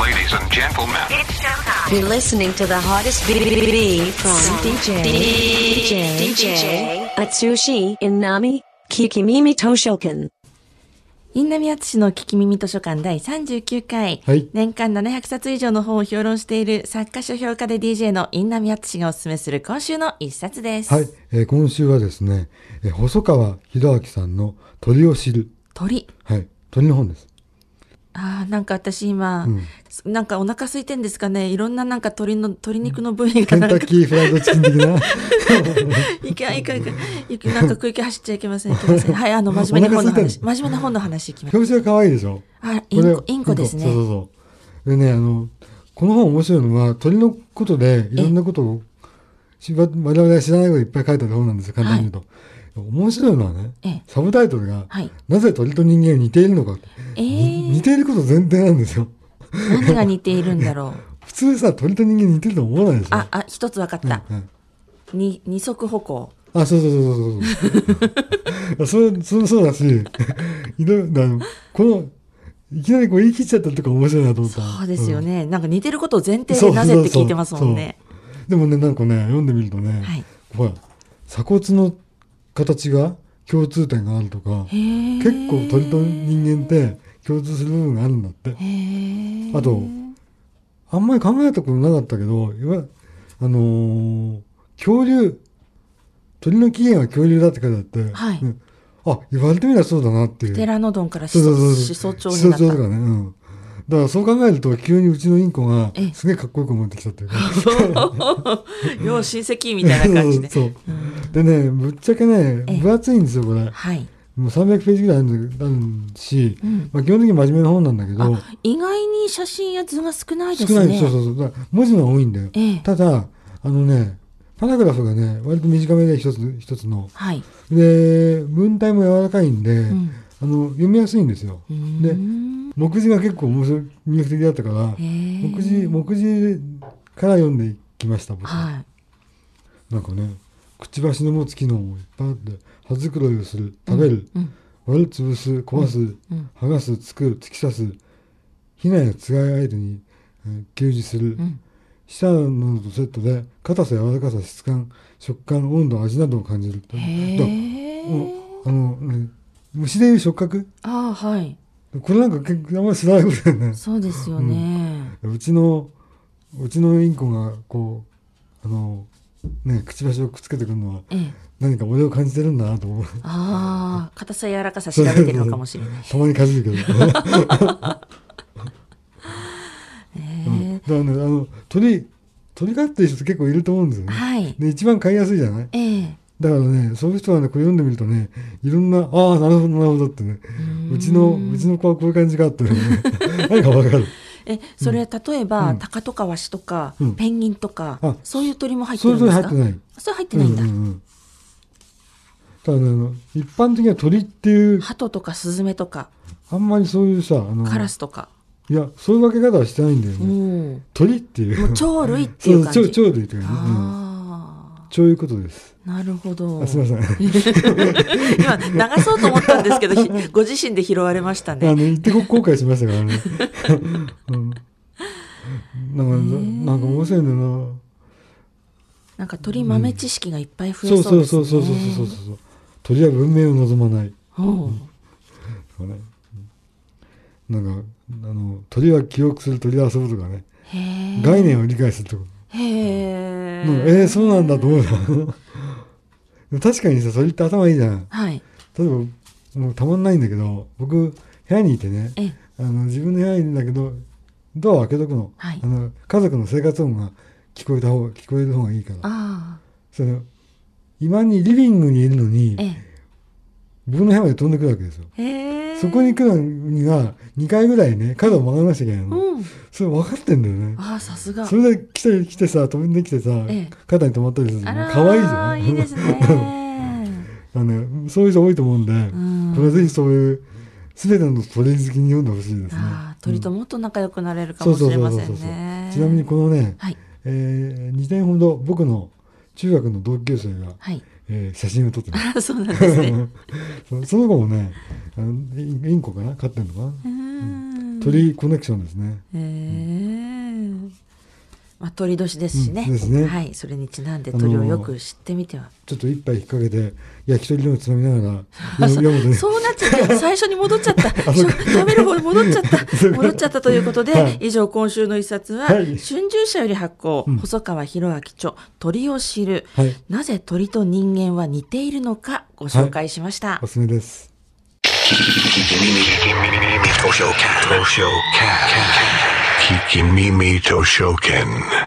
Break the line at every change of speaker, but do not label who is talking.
Ladies and gentlemen,
You're listening to the hottest BBB from DJ DJ DJ Atsushi Inami Kikimimi Toshokan.
インナミアツシの聞き耳図書館第39回、
はい
年間700冊以上の本を評論している作家書評家で DJ のインナミアツシがおすすめする今週の一冊です。
はい、えー今週はですね、えー細川秀明さんの鳥を知る。
鳥。
はい、鳥の本 です。
ああ、なんか私今、なんかお腹空いてんですかね。いろんななんか鳥の、鶏肉の部位
ケ
が
ンタ
なん
ッ
か、
キーフライドチキン 的な。
いかんいかんいかんいかんなんか空気走っちゃいけま せん。いけませんはい、あの、真面目な本の
お腹空い
話、
てん
真面目な本の話いきます。
表紙が可愛いでしょ
あ、インコ
こ、れ
インコです
そうそ
ね。
うそう。でね、あの、この本面白いのは、鳥のことでいろんなことを、しば我々は知らないこといっぱい書いてある本なんですよ、簡単に言うと。面白いのは
ええ
ね、サブタイトルが、
はい
なぜ鳥と人間は似ているのかって、
え
に
ー
似、ていること前提なんですよ。
何が似ているんだろう。
普通さ、鳥と人間似てると思わないでしょ。
あ、あ、一つ分かった。
うん
に二足歩行。
あ、そうそうそう そうそう。そう、そう、そうだし、 いろいろ、あのこの、いきなりこう言い切っちゃったとか面白いなと思った。
そうですよ
ね。
ね、なんか似てることを前提
そ
で
う
なぜって聞いてますもんね。。
そうそうそうでもね、なんかね、読んでみるとね、
はい
ほら、鎖骨の形が共通点があるとか、
へえ
結構鳥と人間って共通する部分があるんだって。
へえ
あと、あんまり考えたことなかったけど、いわゆるあのー恐竜、鳥の起源は恐竜だって書いてあって、
はい
うんあ、言われてみればそうだなっていう。
テラノドンから
そ
始
うそうそう。
祖鳥になっ
始祖
た
鳥と。かね、うん。だからそう考えると、急にうちのインコが
ええ、
すげえかっこよく思ってきたっていうか。
よう親戚 みたいな感じで。
そうそう。でね、ぶっちゃけね
ええ、
分厚いんですよ、これ。
はい。
もう300ページぐらいあるんだあるし、
うん
まあ基本的に真面目な本なんだけ
あ
ど、
意外に写真や図が少ないです
少ない
ね。
そうそうそう。だから文字が多いんだよ。
ええ
ただ、あのね、パラグラフがね、割と短めで一つ、一つの。
はい。
で、文体も柔らかいんで、
ん
あの、読みやすいんですよ。で、目次が結構面白い、魅力的だったから、
へえ
目次、目次から読んでいきました、僕。
はい。
なんかね、くちばしの持つ機能もいっぱいあって、歯繕いをする、食べる、
うん
割る、潰す、壊す、剥がす、突く、突き刺す、避難やつがい相手に、えー給仕する、
ん
舌などとセットで、硬さ、柔らかさ、質感、食感、温度、味などを感じる。だ
へえ
もうあの、ね虫でいう触覚
ああ、はい。
これなんか結構あんまり知らないことだよね。
そうですよね。
うちの、うちのインコが、こう、あの、ね、くちばしをくっつけてくるのは、
ええ。
何か俺を感じてるんだなと思う。
ああ、硬さ柔らかさ調べてるのかもしれない。
たまに感じ るけど。だか
へ
らね、あの、鳥、鳥飼ってる人って結構いると思うんですよ
え。
ね。
はい。
で、一番飼いやすいじゃない
ええ。
だからね、そういう人はね、これ読んでみるとね、いろんな、ああ、なるほど、なるほどってね、うちの、うちの子はこういう感じかっ てね、何かわかる。
え、それ例えば、タカとかワシとか、
うん
ペンギンとか
あ、
そういう鳥も入って
そ
る
れ
ん
ぞ
で
れ
す
入
か
ってない。
それ入ってないんだ。
ううんうんただねあの、一般的には鳥っていう、
鳩とかスズメとか、
あんまりそういうさ、あの、
カラスとか。
いや、そういう分け方はしてないんだよ
う
ね。
ん。
鳥っていう。
もう鳥類って
そ
いうう
そう、
感
鳥、
じ。
鳥類というかね。うん
あ
そういうことです。
あ、なるほど。
あ すみません。
今、流そうと思ったんです けど、ひご自身で拾われました
あ
ね。
の、言ってこ後悔しましたからね。 うんなんか、なんか面白いんだな。
なんか鳥豆知識がいっぱい増
そ
え
う
そう
そう
です
そ
ね。
うそうそうそうそう。鳥は文明を望まない。
おう
とかね。なんか、あの、鳥は記憶する、鳥は遊ぶとかね。
へえ。
概念を理解するとか。
へえ。
うんえー、そうなんだと思うな。でも 確かにさ、鳥って頭いいじゃん。
はい。
例えば、もうたまんないんだけど、僕、部屋にいてね、
ええ、
あの自分の部屋にいるんだけどドアを開けとくの,、
はい
あの家族の生活音が聞こえた方聞こえる方がいいから
ああ、
その今にリビングにいるのに
ええ。
僕の部屋まで飛んでくるわけですよ
へえ。
そこに来るには2回ぐらいね角を曲がらなきゃいけないの、
うん。
それ分かってんだよね
ああ、さすが。
それで来て来てさ飛んできてさ、
ええ
肩に止まったりするの
あらー
可愛いじゃん
いいです ね。
あのそういう人多いと思うんで、
ん
これはぜひそういう全ての鳥好きに読んでほしいですね
ああ、鳥ともっと仲良くなれるか
そう
も
そ
しれ
うそう
ま
そう
せ
そうん
ね。
ちなみにこのね、
はい
えー、2年ほど僕の中学の同級生が、
はい。
えー写真を撮ってます。
ああ、そうなんですね。
そ その子もね、あのインインコかな飼ってんのかな、
うん。
鳥コネクションですね。
へえまあ、鳥年ですしね,、
うんですね
はい、それにちなんで鳥をよく知ってみては、
ちょっと一杯引っ掛けて焼き鳥のをつまみながら読む読むとね
そうなっちゃった最初に戻っちゃったしょ食べる方に戻っちゃった戻っちゃったということで、
はい
以上今週の一冊は、
はい
春秋社より発行、細川博明著鳥を知る、
はい
なぜ鳥と人間は似ているのかご紹介しました、
おすすめです。
Kikimimi Toshoken. Kikimimi Toshoken.